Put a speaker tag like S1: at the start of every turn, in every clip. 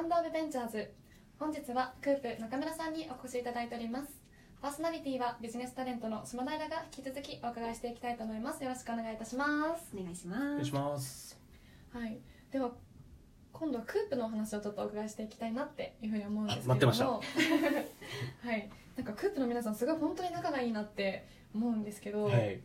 S1: ンド・オブ・ベンチャーズ本日はクープ中村さんにお越しいただいておりますパーソナリティはビジネスタレントの下平が引き続きお伺いしていきたいと思いますよろしくお願いいたします
S2: お願いし
S3: お
S2: ま
S3: 願い
S2: す
S3: します
S1: はいでは今度はクープのお話をちょっとお伺いしていきたいなっていうふうに思うんですけれども
S3: あ待ってまし た
S1: はいなんかクープの皆さんすごい本当に仲がいいなって思うんですけど、
S3: はい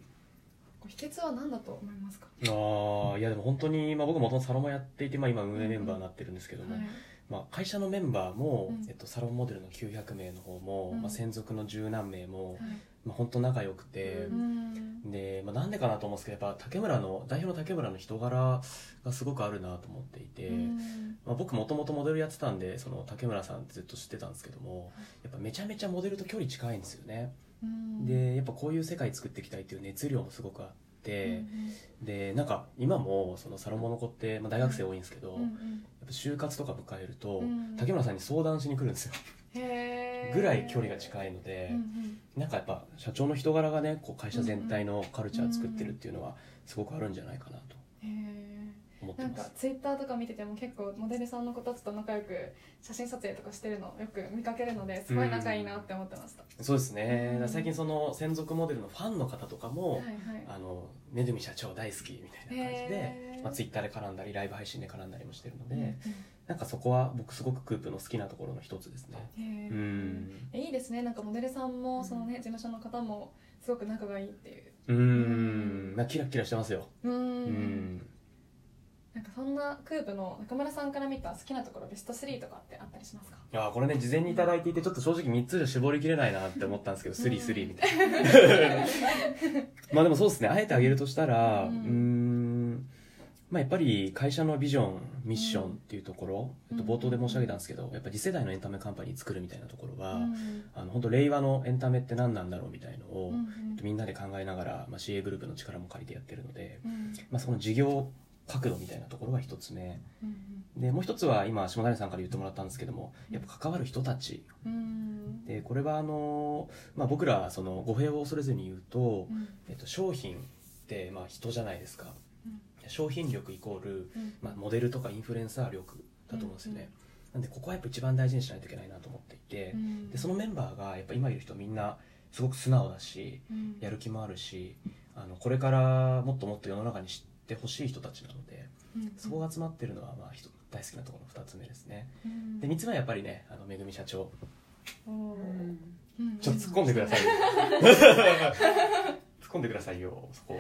S1: こう秘訣は何だと思いますか、
S3: ああいやでも本当に、まあ、僕もともとサロンもやっていて、まあ、今運営メンバーになってるんですけども、
S1: はい
S3: まあ、会社のメンバーも、
S1: うん
S3: えっと、サロンモデルの900名の方も、
S1: うん
S3: まあ、専属の十何名も、
S1: はい
S3: まあ、本当仲良くて
S1: う、ん
S3: で、まあ、なんでかなと思うんですけどやっぱ竹村の代表の竹村の人柄がすごくあるなと思っていて、
S1: うん
S3: まあ、僕もともとモデルやってたんでその竹村さんってずっと知ってたんですけどもやっぱめちゃめちゃモデルと距離近いんですよね、
S1: うん
S3: でやっぱこういう世界作っていきたいっていう熱量もすごくあっ
S1: う
S3: て。
S1: ん
S3: でなんか今もそのサロモの子って、まあ、大学生多いんですけど、
S1: うん
S3: や
S1: うん
S3: っぱ就活とか迎えると、
S1: うん
S3: 竹村さんに相談しに来るんですよ、
S1: へー
S3: ぐらい距離が近いので
S1: う、ん
S3: なんかやっぱ社長の人柄がねこう会社全体のカルチャー作ってるっていうのはすごくあるんじゃないかなと
S1: うんへ
S3: 思っ
S1: ー
S3: て
S1: なん
S3: ま
S1: か
S3: す。
S1: ツイッターとか見てても結構モデルさんの子たちと仲良く写真撮影とかしてるのよく見かけるのですごい仲いいなって思ってました、
S3: そうですね、
S1: うん
S3: 最近その専属モデルのファンの方とかも、
S1: はいはい
S3: あのめぐみ社長大好きみたいな感じ
S1: へ
S3: で
S1: ー、
S3: まあ、ツイッターで絡んだりライブ配信で絡んだりもしてるので、
S1: う
S3: なんかそこは僕すごくクープの好きなところの一つですね。
S1: んへー
S3: うん
S1: えいいですねなんかモデルさんもそのね事務所の方もすごく仲がいいっていう
S3: うーん、なんかキラキラしてますよ。
S1: う
S3: うんん。
S1: なんかそんなクープの中村さんから見た好きなところベスト3とかってあったりしますか
S3: いやーこれね、事前にいただいていて、ちょっと正直3つじゃ絞りきれないなって思ったんですけど、スリースリーみたいな。 まあでもそうですね、あえてあげるとしたら、
S1: う
S3: うんーん、まあやっぱり会社のビジョン、ミッションっていうところ、
S1: うん
S3: えっと、冒頭で申し上げたんですけど、やっぱ次世代のエンタメカンパニー作るみたいなところは、
S1: うん
S3: あの、本当令和のエンタメって何なんだろうみたいの
S1: う
S3: を、
S1: ん
S3: みんなで考えながら、まあ、CA グループの力も借りてやってるので、
S1: うん
S3: まあその事業角度みたいなところが一つ目。
S1: うん
S3: でもう一つは今下平さんから言ってもらったんですけどもやっぱ関わる人たち
S1: うん
S3: でこれはあの、まあ、僕らその語弊を恐れずに言うと
S1: う、ん
S3: えっと、商品ってまあ人じゃないですか
S1: うん
S3: 商品力イコール、
S1: うん
S3: まあ、モデルとかインフルエンサー力だと思うんですよね、なんでここはやっぱ一番大事にしないといけないなと思っていて
S1: うん
S3: でそのメンバーがやっぱ今いる人みんなすごく素直だし
S1: うん
S3: やる気もあるしあのこれからもっともっと世の中に知ってほしい人たちなので
S1: うん
S3: そこが集まってるのはまあ人大好きなところの2つ目ですね。
S1: うん
S3: で3つ目はやっぱりねあのめぐみ社長
S1: お
S2: う
S1: ー
S2: ん
S1: うん
S3: ちょっと突っ込んでください よ突っ込んでくださいよそこ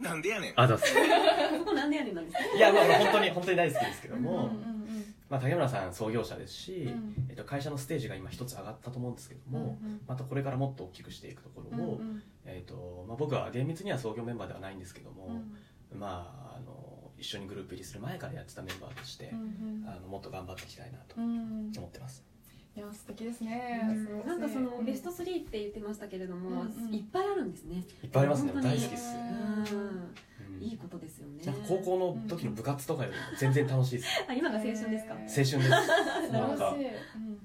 S4: なんでやねん。
S3: あざっす
S2: そこなんでやねんなんですか
S3: いやまあまあ本当に本当に大好きですけども、
S1: うんうん
S3: まあ、竹村さん創業者ですし、
S1: うん
S3: えっと、会社のステージが今一つ上がったと思うんですけど
S1: うん
S3: も、
S1: うん
S3: またこれからもっと大きくしていくとこ
S1: う
S3: ろ
S1: ん
S3: を、
S1: うん
S3: えっとまあ、僕は厳密には創業メンバーではないんですけど
S1: う
S3: も、
S1: ん
S3: まああの一緒にグループ入りする前からやってたメンバーとして、
S1: うん
S3: あのもっと頑張っていきたいなと
S1: うん
S3: 思ってます。
S1: いや素敵ですね
S2: うんなんかそのベスト
S1: い
S2: 3って言ってましたけれども、
S1: うんうん
S2: いっぱいあるんですね、
S3: いっぱいありますね
S2: 本当
S3: 大
S2: に
S3: 好きっす、
S2: うん
S3: うん
S2: いいことですよね
S3: なんか高校の時の部活とかよりも全然楽しいです
S2: あ今が青春ですか
S1: へー
S3: 青春ですなんか
S1: うん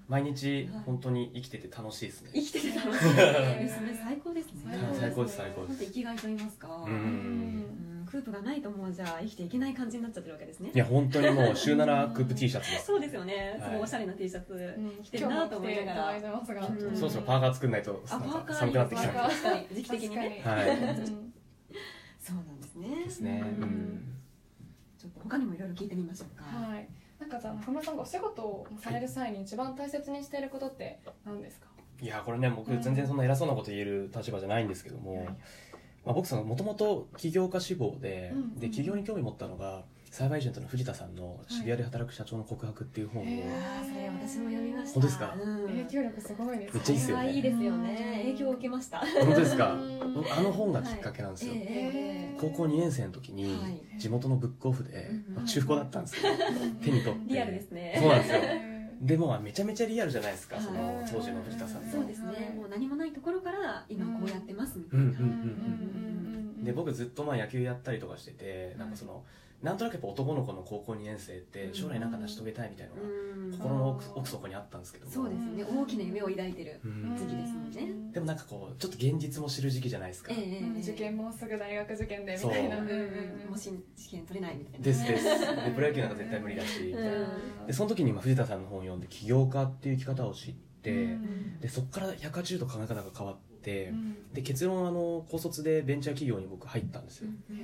S3: 毎日本当に生きてて楽しいです
S2: 生
S3: ね
S2: きてて 楽しいですね最高ですね
S3: 最高です最高
S2: 本当生きがいと言いますか、
S1: う
S3: う
S1: んん
S2: うんクープがないともうじゃあ生きていけない感じになっちゃってるわけですね
S3: いや本当にもう週7クープ T シャツです
S2: そうですよね、
S3: は
S2: す
S3: い
S2: ごいおしゃれな T シャツ、
S1: うん
S2: 着てるなと思いながら
S1: 今日も着ていただいてますが
S2: うん
S3: そろそろパーカー作んないと
S2: あ
S3: なん
S2: パーカ
S3: か
S2: ー
S3: 寒くなってき
S1: いいです
S3: た
S1: ね
S2: 確かに時期的にね
S1: 確か
S3: はい
S1: うん
S2: そうなんですね
S3: ですね
S2: う
S3: うんん
S2: ちょっと他にもいろいろ聞いてみましょうか、
S1: はいなんかじゃあ中村さんがお仕事をされる際に一番大切にしていることって何ですか
S3: いやこれね僕全然そんな偉そうなこと言える立場じゃないんですけどもまあ僕そのもともと起業家志望で
S1: うんうん
S3: で起業に興味持ったのがサイバーエージェントの藤田さんの「渋谷で働く社長の告白」っていう本を
S1: へ
S2: いや
S1: ー
S2: ーそれ私も読みました
S3: 本当ですか
S2: うん
S1: 影響力すごいですね
S3: めっちゃいいっ
S2: そ
S3: すよね
S2: れはいいですよね影響を受けました
S3: 本当ですか
S1: うん
S3: 僕あの本がきっかけなんですよ
S2: はいええええ
S3: 高校2年生の時に
S2: はい
S3: 地元のブックオフで
S2: うん
S3: まあ中古だったんですけど手に取って
S2: リアルですね
S3: そうなんですよ
S1: へー
S3: でもまあめちゃめちゃリアルじゃないですか
S2: はい
S3: その当時の藤田さん
S1: ん
S2: そう
S3: の
S2: ですねもう何もないところから今こうやってますみた
S3: う
S2: い
S3: んう
S2: な、
S3: んうんう
S1: うんうん
S3: ん
S1: うんうん
S3: で僕ずっとまあ野球やったりとかしててなんかそのなんとなくやっぱ男の子の高校2年生って将来なんか成し遂げたいみたいなのが
S2: うん
S3: 心の奥奥底にあったんですけど
S2: そうですね大きな夢を抱いてる
S3: う
S1: うん
S3: ん
S2: 次ですもんね
S3: でもなんかこうちょっと現実も知る時期じゃないですか、
S2: ええええ
S1: うん受験もうすぐ大学受験でみたいな
S3: そう
S1: うんんうんうん
S2: もし試験取れないみたいな
S3: ですですでプロ野球なんか絶対無理だしみたいな
S2: うん
S3: でその時に今藤田さんの本を読んで起業家っていう生き方を知って、
S1: うん
S3: でそこから180度考え方が変わって
S1: う、ん
S3: で結論あの高卒でベンチャー企業に僕入ったんですよ、
S2: うん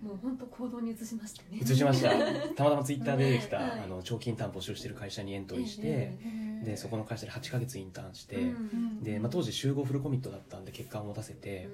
S2: もう本当行動に移しましたね
S3: 移し ましたたまたまツイッターで出てきた、
S2: はい
S3: あの長期インターン募集してる会社にエントリーして、
S2: ええ
S3: でそこの会社で8ヶ月インターンして、
S2: うん
S3: でまあ、当時週5フルコミットだったんで結果を持たせて、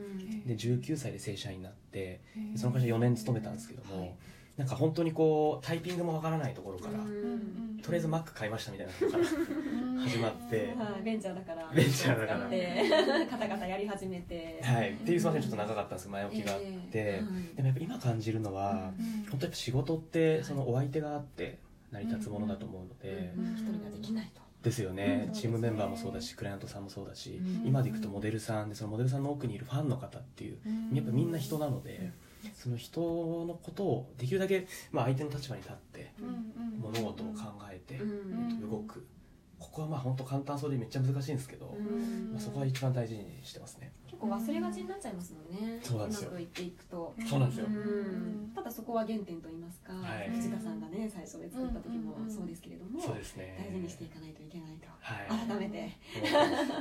S3: で19歳で正社員になってでその会社4年勤めたんですけども、なんか本当にこうタイピングもわからないところから、
S2: うん
S3: とりあえず Mac 買いましたみたいなところから 始まって
S2: はいベンチャーだから
S3: ベンチャーだから
S2: 使って カタカタやり始めて
S3: はい、っていうすみませんちょっと長かったんですけど前置きがあって、
S2: ええ
S3: でもやっぱ今感じるのは、本当やっぱ仕事ってそのお相手があって成り立つものだと思うので、
S2: はいうん一人ができないと
S3: ですよね、
S1: うん
S3: チームメンバーもそうだしクライアントさんもそうだし、
S2: うん
S3: 今でいくとモデルさんでそのモデルさんの奥にいるファンの方っていうやっぱみんな人なので、その人のことをできるだけ、まあ、相手の立場に立って物事を考えて、
S2: うん
S3: 動くここはまあ本当簡単そうでめっちゃ難しいんですけど、
S2: うん
S3: まあ、そこは一番大事にしてますね、
S2: 結構忘れがちになっちゃいますもんね
S3: そうなんですよ
S2: まくいっていくと
S3: そうなんですよ
S2: うんただそこは原点と言いますか
S3: はい
S2: 藤田さんがね最初で作った時も
S1: うん
S2: そうですけれども
S3: そうですね
S2: 大事にしていかないといけないと
S3: はい
S2: 改めて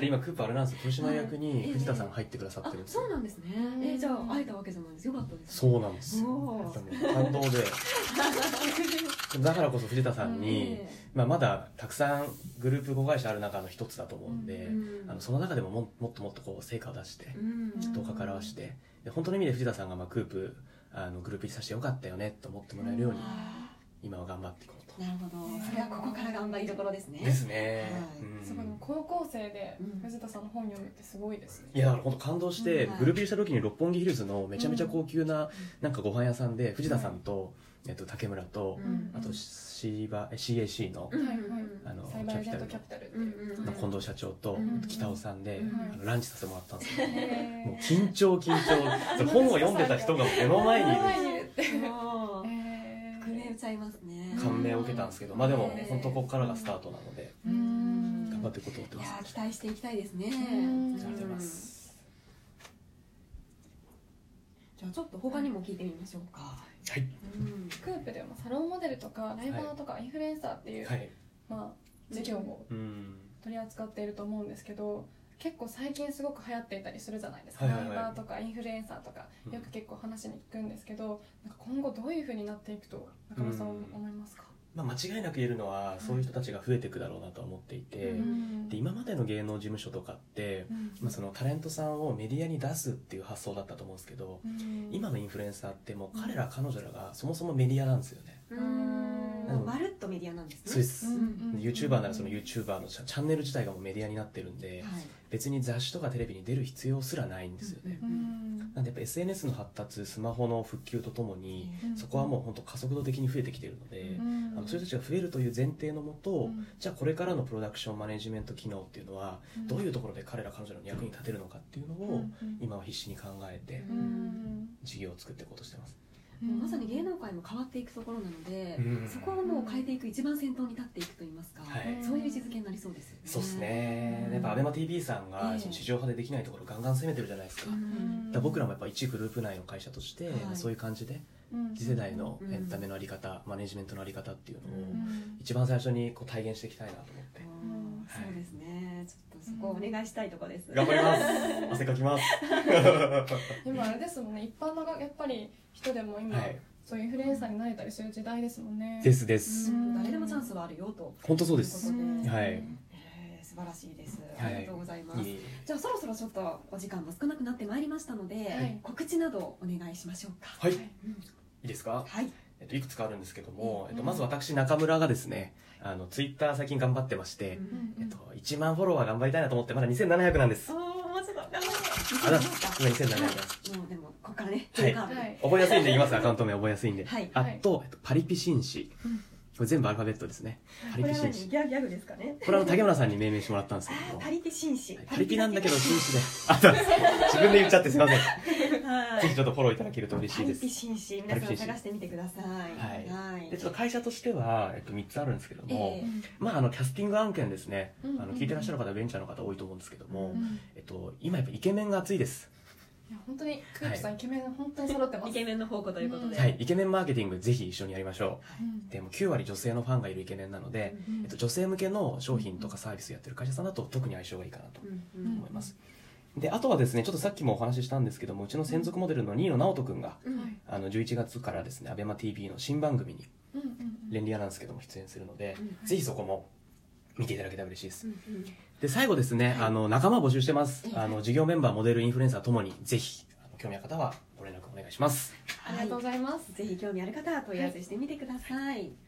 S3: で今クーパーあれなんですよ取締役に藤田さんが入ってくださっ
S2: あ
S3: てるんですよ
S2: そうなんですねえじゃあ会えたわけじゃないですよかったです
S3: そうなんですよ
S2: おー
S3: やっぱね感動でだからこそ藤田さんに、
S2: え
S3: まあ、まだたくさんグループ子会社ある中の一つだと思うん
S2: え
S3: で、
S2: うん
S3: あのその中でもももっともっとこう成果を出して
S2: うん
S3: 人を関わらしてで本当の意味で藤田さんがまあクープあのグループにさせてよかったよねと思ってもらえるように
S2: あ
S3: 今は頑張っていこうと、
S2: ーなるほどそれはここから頑張りどころですね
S3: ですね、
S2: はい
S3: うん
S1: すごいでも高校生で
S2: うん
S1: 藤田さんの本読むってすごいですね
S3: いやだから本当感動して、
S2: うんはい
S3: グループ入りした時に六本木ヒルズのめちゃめちゃ高級な、なんかご飯屋さんで藤田さんと、えっと、竹村と、
S2: うん
S3: あとシーバえ CAC の
S2: うん
S1: はいはい
S3: あの
S1: サイバーエージェントキャピタルっていう
S2: うんうん
S3: の近藤社長と、
S2: うん
S3: あと北尾さんで、
S2: うん
S3: あのランチさせてもらったんですよ
S1: へー
S3: もう緊張緊張それ本を読んでた人が目の前にい
S1: 目の
S3: る
S1: 前にいるって
S2: もう
S1: へー
S2: 震えちゃいますね
S3: 感銘を受けたんですけどまあでも
S2: ね
S3: 本当ここからがスタートなので
S1: うん
S3: 頑張っていこうと思って
S2: い
S3: ま
S2: や
S3: すあ
S2: ー期待していきたいですね
S1: ん
S3: りがとうございます
S2: じゃあちょっと他にも聞いてみましょうか
S3: はい
S2: うん
S1: クープでもサロンモデルとかライバーとかインフルエンサーっていう、
S3: はい
S1: まあ、事業を
S3: うん
S1: 取り扱っていると思うんですけど結構最近すごく流行っていたりするじゃないですか、
S3: はいはいはい
S1: ライバーとかインフルエンサーとか
S3: うん
S1: よく結構話に聞くんですけど、なんか今後どういうふうになっていくと中村さんは思いますか、
S3: まあ間違いなく言えるのはそういう人たちが増えていくだろうなとは思っていて
S2: う
S3: で今までの芸能事務所とかって
S1: うん
S3: まあそのタレントさんをメディアに出すっていう発想だったと思うんですけど
S1: うん
S3: 今のインフルエンサーってもう彼ら彼女らがそもそもメディアなんですよね
S2: うんもうまるっとメディアなんですね
S3: そうです
S1: うんうん
S3: で YouTuber ならその YouTuber のチャチャンネル自体がもうメディアになってるんで
S2: はい
S3: 別に雑誌とかテレビに出る必要すらないんですよね
S1: うん
S3: なんでやっぱ SNS の発達スマホの復旧とともに
S1: うん
S3: そこはもう本当加速度的に増えてきているので、
S1: うん
S3: あのそういう人たちが増えるという前提のもと、
S1: うん
S3: じゃあこれからのプロダクションマネジメント機能っていうのは、
S1: うん
S3: どういうところで彼ら彼女らの役に立てるのかっていうの
S1: う
S3: を、
S1: んうん
S3: 今は必死に考えて
S2: う
S1: うん
S3: 事業を作っていこうとしてます、
S2: もうまさに芸能界も変わっていくところなので、
S3: うん
S2: そこをもう変えていく一番先頭に立っていくと言いますか、
S3: はい
S2: そういう位置づけになりそうですよね。
S3: そうですねやっぱ ABEMATV さん
S2: え
S3: が
S2: え
S3: その地上波でできないところをガンガン攻めてるじゃないです
S2: う
S3: か,、だか
S2: ん
S3: ら僕らもやっぱ一グループ内の会社として、
S2: はい
S3: そういう感じで
S1: うん
S3: 次世代のエンタメのあり方、マネジメントのあり方っていうのを、
S1: うん
S3: 一番最初にこう体現していきたいなと思って
S2: うんそうですね。ちょっとそこをお願いしたいとこです。
S3: 頑張ります 汗かきます
S1: でもあれですもんね一般のがやっぱり人でも今、
S3: はい
S1: そういうインフルエンサーになれたりする時代ですもんね
S3: ですです
S1: うん
S2: 誰でもチャンスはあるよと。
S3: 本当そうで
S2: と
S3: す
S2: いうことで
S3: はい
S2: えー素晴らしいです。
S3: は
S2: あり
S3: い
S2: がとうございます。
S3: いい
S2: じゃあそろそろちょっとお時間も少なくなってまいりましたので、
S1: い
S2: 告知などお願いしましょうか。
S3: はいい
S1: はい
S3: いですか、
S2: はい。
S3: えっと、いくつかあるんですけども、
S1: うん
S3: えっと、まず私中村がですねあのツイッター最近頑張ってまして、
S1: うん
S3: えっと、1万フォロワー頑張りたいなと思ってまだ2700なんです
S2: おーもうちょっと頑張って。
S3: あだ今2700なんです
S2: もうでもここからね。
S3: はい
S2: テーマ
S1: はい
S3: 覚えやすいんで言いますアカウント名覚えやすいんで、
S2: はい
S3: あと、えっと、パリピ紳士
S1: うん
S3: これ全部アルファベットですねパリ
S2: こ
S3: ピ
S2: れは
S3: 紳
S2: 何
S3: 士
S2: ギャギャグですかね。
S3: これはあの竹村さんに命名してもらったんですけど
S2: あ
S3: も
S2: ーパリピ紳士
S3: パリピなんだけど紳士であそう自分で言っちゃってすいません
S2: は
S3: ぜひちょっとフォローいただけると嬉しい
S2: パ
S3: で
S2: リ
S3: す
S2: ピ。紳士皆さん探してみてください
S3: は
S2: はい
S3: でちょっと会社としては、えっと、3つあるんですけども、
S2: ええ
S3: まあ、あのキャスティング案件ですね、
S1: うんうんうん
S3: あの聞いてらっしゃる方ベンチャーの方多いと思うんですけども、
S2: うん
S3: えっと、今やっぱイケメンが熱いです、
S1: いや本当にクープさん、イケメンが本当に揃ってます
S2: イケメンの宝庫ということで、
S1: うん
S3: はい、イケメンマーケティングぜひ一緒にやりましょ
S1: う
S3: うんでも9割女性のファンがいるイケメンなので、
S1: うん
S3: えっと、女性向けの商品とかサービスやってる会社さんだと特に相性がいいかなと
S2: うんう
S1: うん
S2: ん
S3: 思います、であとはですねちょっとさっきもお話ししたんですけどもうちの専属モデルの新野直人君が
S2: うん
S1: はい
S3: あの11月からですね ABEMATV の新番組に
S1: うんうん
S3: レンリアなんですけども出演するので、
S2: うん
S3: ぜひそこも見ていただけたら嬉しいです、
S2: うんうん
S3: で最後ですね、あの仲間募集してます、
S2: はい
S3: あの事業メンバーモデルインフルエンサーともにぜひあの興味ある方はご連絡お願いします
S1: ありがとうございます、
S2: ぜひ興味ある方は問い合わせしてみてください。